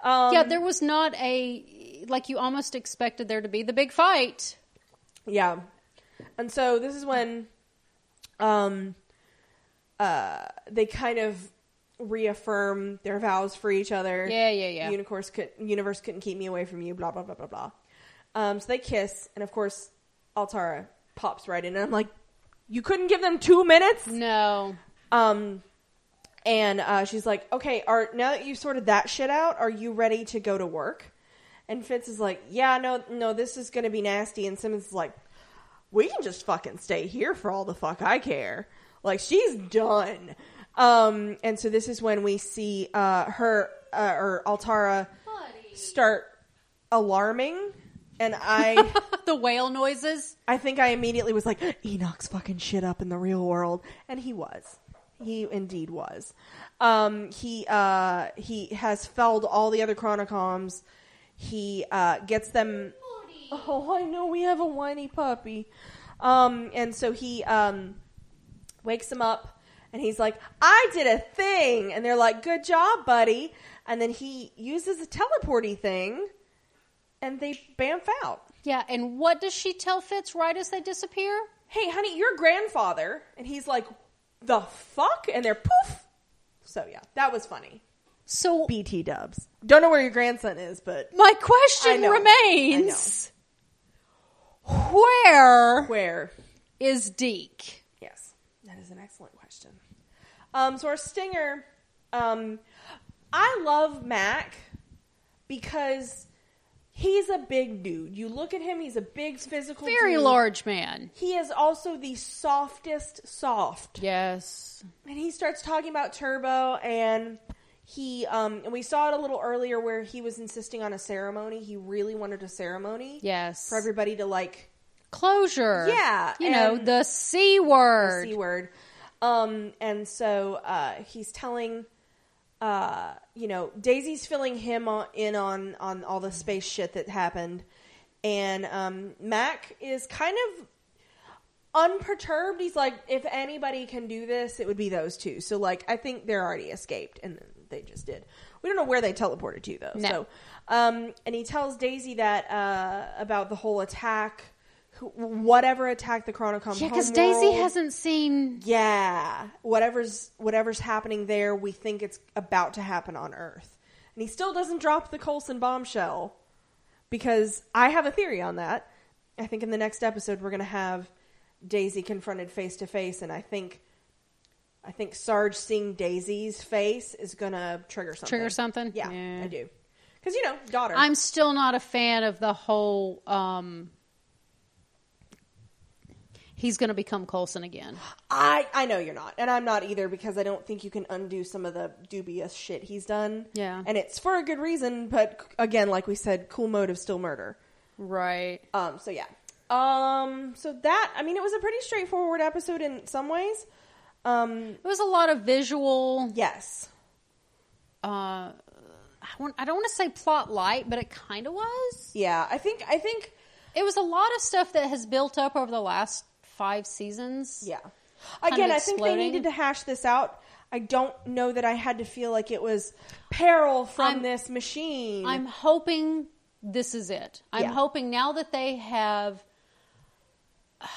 S1: Um,
S2: yeah, there was not a like you almost expected there to be the big fight.
S1: yeah. And so this is when um, uh, they kind of reaffirm their vows for each other.
S2: Yeah, yeah, yeah.
S1: Unicorse could, universe couldn't keep me away from you, blah, blah, blah, blah, blah. Um, so they kiss, and of course, Altara pops right in, and I'm like, you couldn't give them two minutes?
S2: No.
S1: Um, and uh, she's like, "Okay, are now that you've sorted that shit out, are you ready to go to work?" And Fitz is like, "Yeah, no, no, this is gonna be nasty." And Simmons is like, "We can just fucking stay here for all the fuck I care." Like she's done. Um, and so this is when we see uh, her uh, or Altara start alarming, and I.
S2: the whale noises.
S1: I think I immediately was like, Enoch's fucking shit up in the real world, and he was. He indeed was. Um, he uh, he has felled all the other Chronocoms. He uh, gets them. Oh, I know we have a whiny puppy. Um, and so he um, wakes him up, and he's like, "I did a thing," and they're like, "Good job, buddy." And then he uses a teleporty thing, and they bamf out.
S2: Yeah, and what does she tell Fitz right as they disappear?
S1: hey, honey, your grandfather. And he's like, the fuck? And they're poof. So, yeah, that was funny.
S2: So
S1: BT dubs. Don't know where your grandson is, but
S2: my
S1: I
S2: question
S1: know.
S2: remains where
S1: where?
S2: is Deke?
S1: Yes, that is an excellent question. Um, so, our stinger, um, I love Mac because he's a big dude. You look at him, he's a big physical
S2: Very
S1: dude.
S2: large man.
S1: He is also the softest soft.
S2: Yes.
S1: and he starts talking about turbo and he um and we saw it a little earlier where he was insisting on a ceremony he really wanted a ceremony
S2: Yes.
S1: for everybody to like
S2: Closure.
S1: Yeah,
S2: You know,
S1: and-
S2: the C word.
S1: c word um and so uh he's telling uh you know daisy's filling him on, in on on all the space shit that happened and um mac is kind of unperturbed he's like if anybody can do this it would be those two so like i think they're already escaped and they just did we don't know where they teleported to though
S2: No.
S1: so um and he tells daisy that uh about the whole attack wh- whatever attack the chronocom
S2: Yeah, because
S1: homeworld-
S2: Daisy hasn't seen.
S1: yeah whatever's whatever's happening there we think it's about to happen on earth and he still doesn't drop the colson bombshell because i have a theory on that i think in the next episode we're going to have daisy confronted face to face and i think i think sarge seeing daisy's face is going to trigger something
S2: Trigger something?
S1: yeah,
S2: Yeah.
S1: i do because you know daughter
S2: I'm still not a fan of the whole. um He's going to become Colson again.
S1: I I know you're not, and I'm not either because I don't think you can undo some of the dubious shit he's done.
S2: Yeah.
S1: and it's for a good reason, but c- again, like we said, cool motive still murder.
S2: Right.
S1: Um, so yeah, um, so that I mean, it was a pretty straightforward episode in some ways. Um,
S2: It was a lot of visual.
S1: yes,
S2: Uh, I, want, I don't want to say plot light, but it kind of was.
S1: yeah, I think I think
S2: It was a lot of stuff that has built up over the last five seasons.
S1: yeah.
S2: Kind of
S1: Again, I think they
S2: exploding.
S1: needed to hash this out. I don't know that I had to feel like it was peril from
S2: I'm-
S1: this machine.
S2: I'm hoping this is it. I'm
S1: Yeah.
S2: hoping now that they have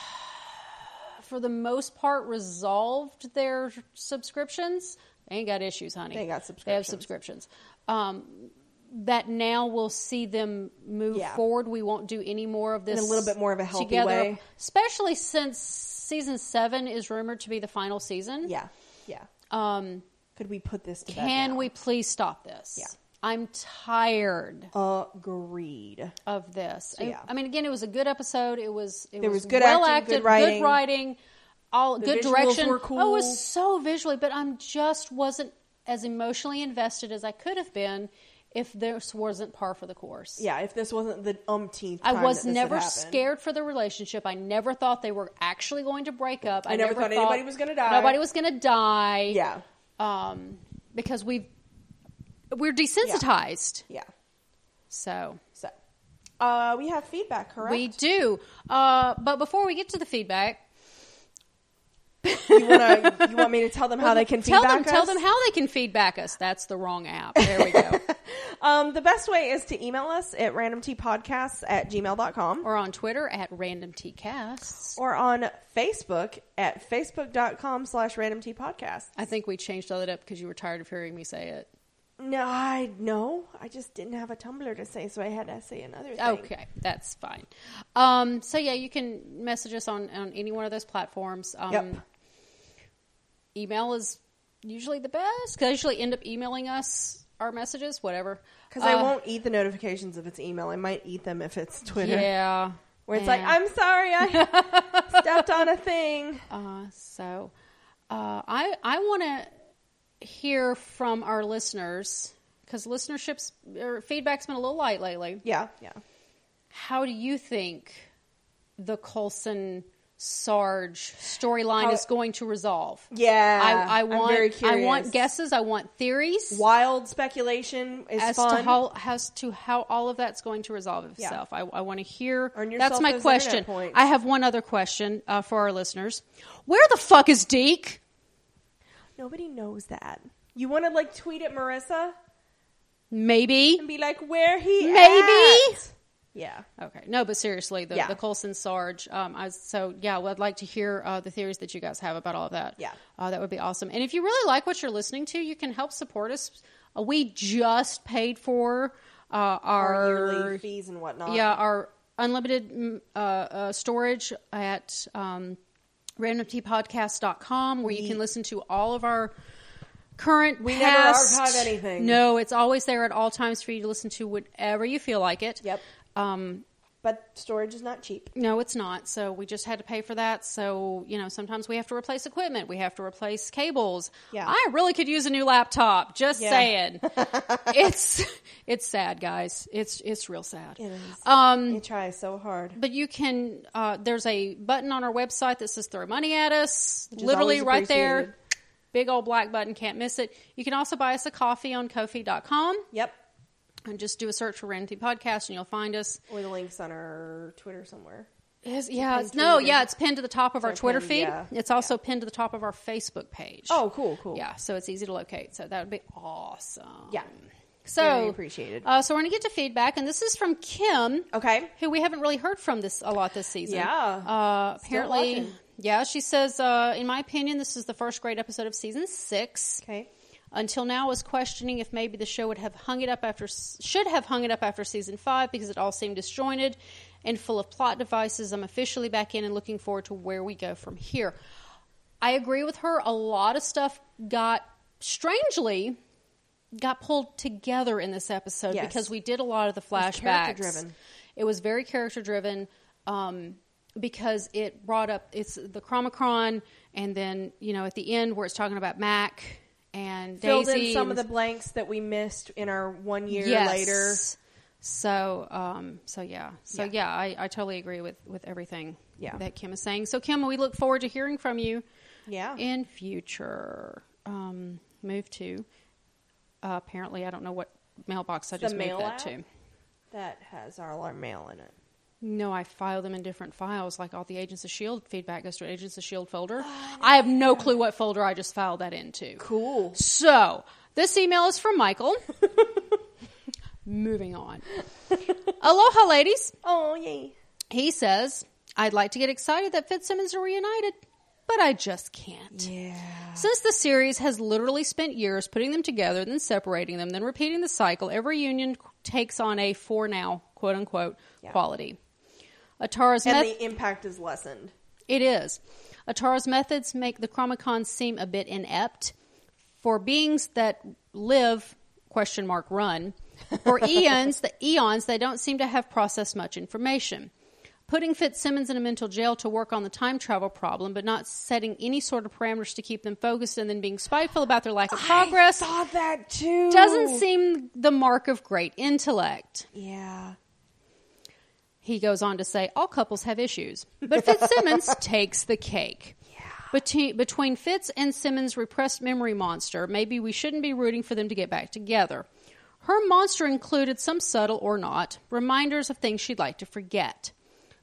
S2: for the most part, resolved their subscriptions. They ain't got issues, honey.
S1: They got
S2: They have
S1: subscriptions.
S2: subscriptions. Um, that now we'll see them move
S1: Yeah.
S2: forward. We won't do any more of this
S1: a little bit more of a healthy
S2: together,
S1: way.
S2: especially since season seven is rumored to be the final season.
S1: Yeah, yeah.
S2: Um,
S1: Could we put this to bed
S2: can
S1: now?
S2: we please stop this?
S1: Yeah.
S2: I'm tired
S1: Agreed.
S2: of this. I-
S1: yeah.
S2: I, mean, again, it was a good episode. It was it
S1: There
S2: was,
S1: was good
S2: well
S1: acting,
S2: acted,
S1: good writing.
S2: good writing, all good
S1: visuals
S2: direction.
S1: were
S2: Oh, it
S1: cool.
S2: was so visually, but I'm just wasn't as emotionally invested as I could have been if this wasn't par for the course.
S1: Yeah, if this wasn't the umpteenth,
S2: I
S1: time
S2: was
S1: that this had
S2: never
S1: happened.
S2: scared for the relationship. I never thought they were actually going to break up. I,
S1: I never thought anybody was gonna die.
S2: Nobody was going to die.
S1: Yeah,
S2: Um, because we've we're desensitized.
S1: yeah.
S2: So
S1: So, uh, we have feedback, correct?
S2: we do. Uh, but before we get to the feedback,
S1: you, wanna, you want me to tell them how they can
S2: tell
S1: feedback
S2: them tell
S1: us?
S2: them how they can feedback us. That's the wrong app. There we go.
S1: Um, the best way is to email us at randomtpodcasts at gmail.com
S2: or on Twitter at randomtcasts.
S1: or on Facebook at facebook.com slash randomtpodcast.
S2: I think we changed all that up because you were tired of hearing me say it.
S1: No, I no, I just didn't have a Tumblr to say, so I had to say another thing.
S2: Okay, that's fine. Um, so yeah, you can message us on on any one of those platforms. Um,
S1: Yep.
S2: Email is usually the best because I usually end up emailing us our messages, whatever.
S1: Because I
S2: Uh,
S1: won't eat the notifications if it's email. I might eat them if it's Twitter.
S2: Yeah.
S1: Where it's like,
S2: Yeah.
S1: I'm sorry, I stepped on a thing.
S2: Uh, so, uh, I I want to hear from our listeners because listenership's or feedback's been a little light lately.
S1: Yeah, yeah.
S2: How do you think the Colson Sarge storyline
S1: How-
S2: is going to resolve?
S1: Yeah.
S2: I, I
S1: I'm
S2: want
S1: very
S2: I want
S1: curious.
S2: guesses. I want theories
S1: Wild speculation is
S2: as
S1: fun.
S2: to how as to how all of that's going to resolve
S1: Yeah.
S2: itself. I, I want to hear.
S1: Earn
S2: That's
S1: yourself
S2: my
S1: those
S2: question.
S1: internet points.
S2: I have one other question uh, for our listeners. Where the fuck is Deke?
S1: Nobody knows that. You want to like tweet at Marissa
S2: Maybe.
S1: and be like, where he
S2: Maybe?
S1: at? Yeah.
S2: Okay. No, but seriously, the,
S1: Yeah.
S2: the Colson Sarge. Um, I, so yeah, well, I'd like to hear uh, the theories that you guys have about all of that.
S1: Yeah.
S2: uh, that would be awesome. And if you really like what you're listening to, you can help support us. Uh, we just paid for uh,
S1: Our,
S2: our
S1: yearly fees and whatnot.
S2: yeah our unlimited mm, uh, uh, storage at um, randomtpodcast.com where you can listen to all of our current we
S1: never archive anything.
S2: no it's always there at all times for you to listen to whenever you feel like it
S1: Yep.
S2: um,
S1: But storage is not cheap.
S2: no, it's not. So we just had to pay for that. So, you know, sometimes we have to replace equipment. We have to replace cables.
S1: Yeah.
S2: I really could use a new laptop. Just
S1: Yeah.
S2: saying. it's it's sad, guys. It's it's real sad.
S1: It is.
S2: Um
S1: You try so hard.
S2: but you can uh, there's a button on our website that says throw money at us
S1: is
S2: literally
S1: always
S2: right there
S1: appreciated.
S2: big old black button can't miss it you can also buy us a coffee on kofi.com
S1: Yep.
S2: and just do a search for Ranty Podcast and you'll find us.
S1: Or the links on our Twitter somewhere.
S2: It's- yeah, it's,
S1: pinned
S2: no,
S1: tweeted.
S2: yeah, it's pinned to the top of our
S1: our
S2: Twitter
S1: pinned,
S2: feed.
S1: yeah,
S2: It's also pinned to the top of our Facebook page.
S1: Oh, cool, cool.
S2: Yeah, so it's easy to locate. So that would be awesome.
S1: Yeah.
S2: So
S1: Very appreciated.
S2: Uh, so we're gonna get to feedback, and this is from Kim.
S1: Okay.
S2: who we haven't really heard from this a lot this season.
S1: Yeah.
S2: Uh,
S1: Still
S2: apparently,
S1: watching.
S2: yeah. She says, uh, in my opinion, this is the first great episode of season six.
S1: Okay.
S2: Until now, I was questioning if maybe the show would have hung it up after should have hung it up after season five because it all seemed disjointed and full of plot devices. I'm officially back in and looking forward to where we go from here. I agree with her. A lot of stuff got strangely got pulled together in this episode
S1: Yes.
S2: because we did a lot of the flashbacks.
S1: character-driven.
S2: It was very character driven um, because it brought up it's the Chromacron, and then you know at the end where it's talking about Mac and
S1: Filled
S2: Daisy.
S1: in some of
S2: and-
S1: the blanks that we missed in our one year later.
S2: Yes. So, um, so yeah, so yeah,
S1: Yeah.
S2: I, I totally agree with with everything
S1: Yeah.
S2: that Kim is saying. So Kim, we look forward to hearing from you
S1: Yeah.
S2: in future. Um, move to uh, apparently I don't know what mailbox I
S1: The
S2: just moved
S1: mail
S2: that
S1: app?
S2: to.
S1: That has our alarm mail in it.
S2: No, I file them in different files. Like all the Agents of Shield E feedback goes to an Agents of Shield E folder. I have no clue what folder I just filed that into.
S1: Cool.
S2: So this email is from Michael. Moving on. Aloha, ladies.
S1: Oh, yay.
S2: He says, "I'd like to get excited that Fitzsimmons are reunited. but I just can't.
S1: Yeah.
S2: Since the series has literally spent years putting them together, then separating them, then repeating the cycle, every union takes on a for now, quote unquote,
S1: Yeah.
S2: quality. Atara's
S1: And
S2: meth-
S1: the impact is lessened.
S2: it is. Atara's methods make the Chromacons seem a bit inept for beings that live question mark run. For eons, the eons they don't seem to have processed much information. Putting Fitzsimmons in a mental jail to work on the time travel problem, but not setting any sort of parameters to keep them focused and then being spiteful about their lack of progress
S1: I saw that too.
S2: doesn't seem the mark of great intellect.
S1: Yeah.
S2: He goes on to say, all couples have issues, but Fitzsimmons takes the cake. Between, between Fitz and Simmons' repressed memory monster, maybe we shouldn't be rooting for them to get back together. Her monster included some subtle or not reminders of things she'd like to forget.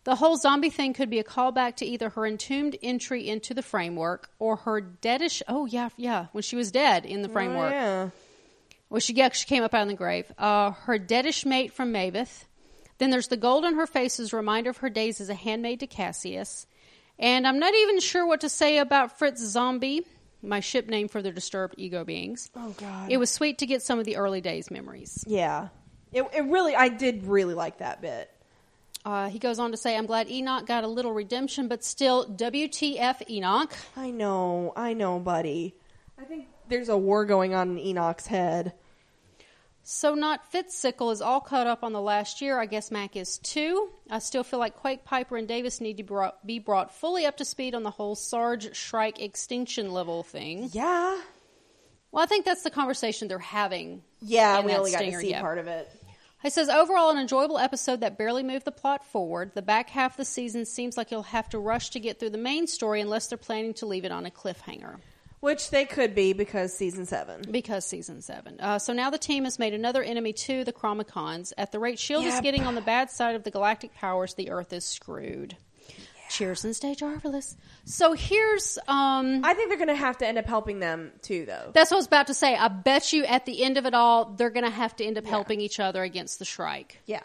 S2: The whole zombie thing could be a callback to either her entombed entry into the framework or her deadish. Oh yeah, yeah, when she was dead in the framework.
S1: Oh, yeah.
S2: Well, she yeah, she came up out of the grave. Uh, her deadish mate from Maveth. Then there's the gold on her face as a reminder of her days as a handmaid to Cassius. And I'm not even sure what to say about Fritz Zombie, my ship name for the disturbed ego beings.
S1: Oh, God.
S2: It was sweet to get some of the early days memories.
S1: Yeah. It, it really, I did really like that bit.
S2: Uh, he goes on to say, I'm glad Enoch got a little redemption, but still, WTF Enoch.
S1: I know, I know, buddy. I think there's a war going on in Enoch's head.
S2: So not Fitzsickle is all caught up on the last year. I guess Mac is too. I still feel like Quake, Piper, and Davis need to brought, be brought fully up to speed on the whole Sarge Shrike extinction level thing.
S1: Yeah.
S2: Well, I think that's the conversation they're having.
S1: Yeah,
S2: in
S1: we
S2: that
S1: only got to
S2: stinger,
S1: see
S2: yeah.
S1: part of it.
S2: He says overall an enjoyable episode that barely moved the plot forward. The back half of the season seems like you'll have to rush to get through the main story unless they're planning to leave it on a cliffhanger.
S1: Which they could be because season seven.
S2: Because season seven. Uh, so now the team has made another enemy too, the Chromacons. At the rate S.H.I.E.L.D. is
S1: Yep.
S2: getting on the bad side of the galactic powers, the Earth is screwed. Cheers and stay marvelous. So here's. um
S1: I think they're going to have to end up helping them too, though.
S2: That's what I was about to say. I bet you at the end of it all, they're going to have to end up helping each other against the Shrike.
S1: yeah.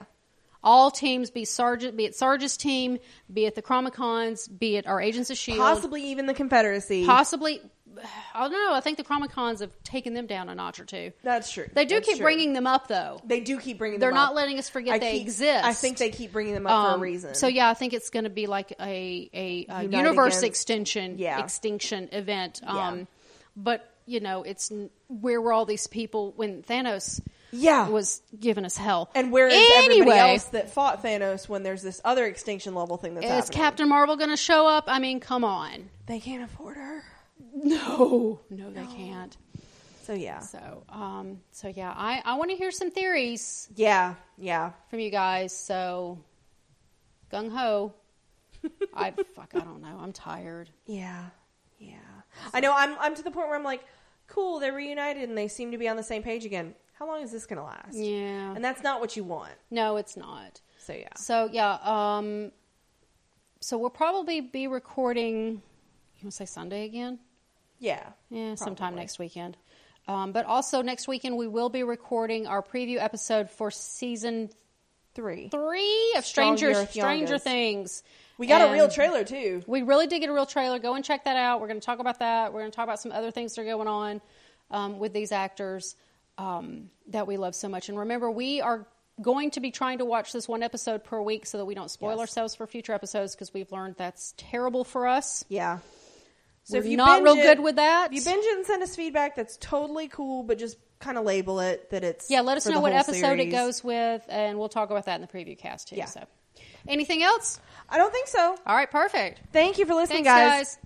S2: All teams, be Sarge, be it Sarge's team, be it the Chromacons, be it our Agents of S.H.I.E.L.D.
S1: Possibly even the Confederacy.
S2: E possibly. I don't know. I think the Chromacons have taken them down a notch or two.
S1: That's true.
S2: They do
S1: That's
S2: keep
S1: true.
S2: bringing them up, though.
S1: They do keep bringing.
S2: They're
S1: them
S2: not
S1: up.
S2: letting us forget they
S1: keep-
S2: exist.
S1: I think they keep bringing them up for
S2: Um,
S1: a reason.
S2: So yeah, I think it's going to be like a a, uh
S1: Unite
S2: universe
S1: against-
S2: extension
S1: Yeah.
S2: extinction event. Um, but you know, it's n- where were all these people when Thanos
S1: yeah.
S2: was giving us hell?
S1: and where is everybody
S2: Anyway,
S1: else that fought Thanos when there's this other extinction level thing that's
S2: Is
S1: happening?
S2: Captain Marvel going to show up? I mean, come on.
S1: they can't afford her.
S2: No, no, they can't.
S1: So yeah,
S2: So, um, so yeah, I I want to hear some theories
S1: yeah, yeah.
S2: from you guys. So, gung ho. I fuck. I don't know. I'm tired.
S1: Yeah, yeah. I know. I'm I'm to the point where I'm like, cool. They're reunited and they seem to be on the same page again. How long is this gonna last?
S2: Yeah.
S1: And that's not what you want.
S2: No, it's not.
S1: So yeah.
S2: So yeah. Um. So we'll probably be recording. You want to say Sunday again?
S1: Yeah.
S2: Yeah, sometime
S1: Probably.
S2: next weekend. Um, but also next weekend we will be recording our preview episode for season
S1: Three.
S2: three of
S1: Strong
S2: Stranger
S1: Earth
S2: Stranger
S1: Youngest.
S2: Things.
S1: We got a real
S2: And-
S1: trailer too.
S2: we really did get a real trailer. Go and check that out. We're going to talk about that. We're going to talk about some other things that are going on um, with these actors um, that we love so much. And remember, we are going to be trying to watch this one episode per week so that we don't spoil
S1: Yes.
S2: ourselves for future episodes because we've learned that's terrible for us.
S1: Yeah. So
S2: We're
S1: if you
S2: not
S1: binge
S2: real
S1: it-
S2: good with
S1: If
S2: that.
S1: you binge it and send us feedback, that's totally cool, but just kind of label it that it's.
S2: yeah, let us
S1: for the
S2: know what
S1: whole
S2: episode it
S1: series.
S2: goes with, and we'll talk about that in the preview cast too.
S1: Yeah.
S2: So, anything else?
S1: I don't think so.
S2: All right, perfect.
S1: Thank you for listening,
S2: Thanks, guys.